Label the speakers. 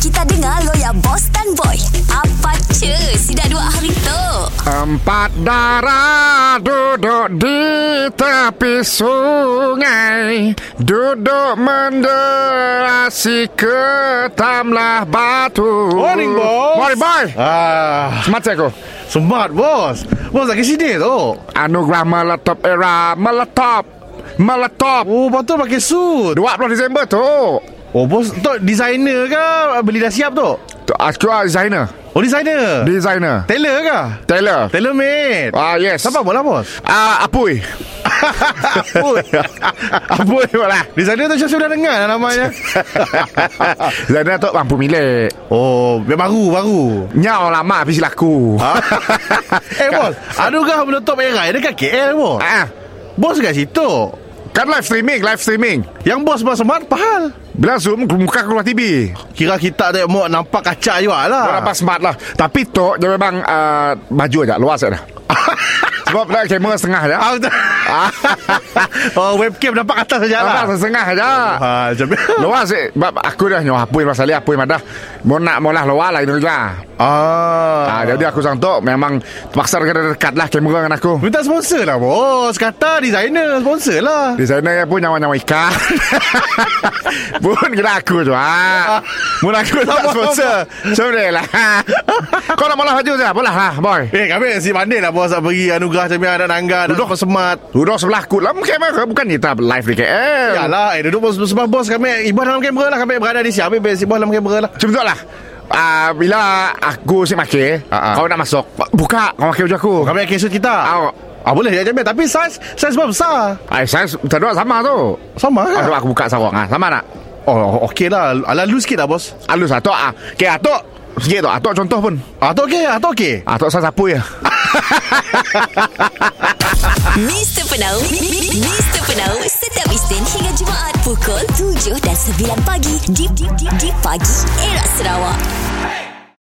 Speaker 1: Kita dengar lo ya, boss dan boy. Apa cu? Sudah dua hari tu.
Speaker 2: Empat darah duduk di tepi sungai Duduk menderasi ketamlah batu
Speaker 3: Morning, boss.
Speaker 2: Morning, boy
Speaker 3: Ah,
Speaker 2: Semat cikgu
Speaker 3: smart bos. Bos lagi sini tu.
Speaker 2: Anugerah meletop era Meletop Meletop
Speaker 3: Oh, patut pakai suit.
Speaker 2: 20 Disember tu
Speaker 3: Oh, bos tu designer ke beli dah siap tu?
Speaker 2: Tu Aku ah, designer
Speaker 3: Oh, designer.
Speaker 2: Designer
Speaker 3: Tailor ke?
Speaker 2: Taylor
Speaker 3: Tailor made.
Speaker 2: Ah yes
Speaker 3: Siapa bola bos?
Speaker 2: Ah, Apui
Speaker 3: Apoi.
Speaker 2: Apui pula
Speaker 3: Designer tu saya sudah dengar lah namanya.
Speaker 2: Zainal tu mampu milik
Speaker 3: oh, yang baru, baru.
Speaker 2: Nyau lama habis laku ha?
Speaker 3: eh bos, anugerah meletup era dekat KL bos.
Speaker 2: ah,
Speaker 3: Bos kat situ.
Speaker 2: Kan live streaming Live streaming
Speaker 3: Yang bos bos smart pahal.
Speaker 2: Bila zoom Muka keluar TV
Speaker 3: Kira kita tak mau nampak kaca juga lah.
Speaker 2: Berapa smart lah Tapi tu Dia memang uh, Baju aja Luas aja Sebab dah kamera setengah aja
Speaker 3: Ah, betul. oh, webcam nampak atas saja lah.
Speaker 2: Luas setengah aja
Speaker 3: Ah, macam
Speaker 2: Luas eh Sebab aku dah nyawa Apui masalah Apui madah Mau nak mau lah luar lah Itu juga
Speaker 3: Ah.
Speaker 2: Ah, jadi aku sang tu memang terpaksa kena dekat lah kamera dengan aku.
Speaker 3: Minta sponsor lah bos Kata designer sponsor lah
Speaker 2: Di sana ya pun nyawa-nyawa ikan Pun kena aku tu ha. Mun aku tak sponsor Sudah lah Kau nak malah baju saya Boleh lah boy
Speaker 3: Eh kami si pandai lah bos Nak bagi anugerah macam ni Anak nangga Duduk semat
Speaker 2: Duduk sebelah aku lah kamera Bukan kita live di KL
Speaker 3: Yalah eh, Duduk bos sebab bos Kami ibah dalam kamera lah Kami berada di sini Kami si bos dalam kamera lah
Speaker 2: Macam tu lah Ah, bila aku si maki,
Speaker 3: Ah, ah.
Speaker 2: kau nak masuk, buka kau pakai baju aku.
Speaker 3: Kami akan suit kita
Speaker 2: Ah,
Speaker 3: Ah boleh ya Jamil Tapi saiz Saiz bos besar
Speaker 2: Ay, saya terdua sama tu.
Speaker 3: Sama
Speaker 2: Aduh
Speaker 3: kan
Speaker 2: aku buka sarung ah, sama tak?
Speaker 3: Oh okey lah Alah lu sikit lah bos
Speaker 2: Alus atok ah. Ke atok sikit tu, atok contoh pun.
Speaker 3: Atau Ah, okey Atau okey
Speaker 2: Atok saya sapu ya.
Speaker 1: Mr. Penau, mi- mi- mi- Mr. Penau, setiap Isnin hingga Jumaat pukul 7 dan 9 pagi di, di, di, di pagi era Sarawak.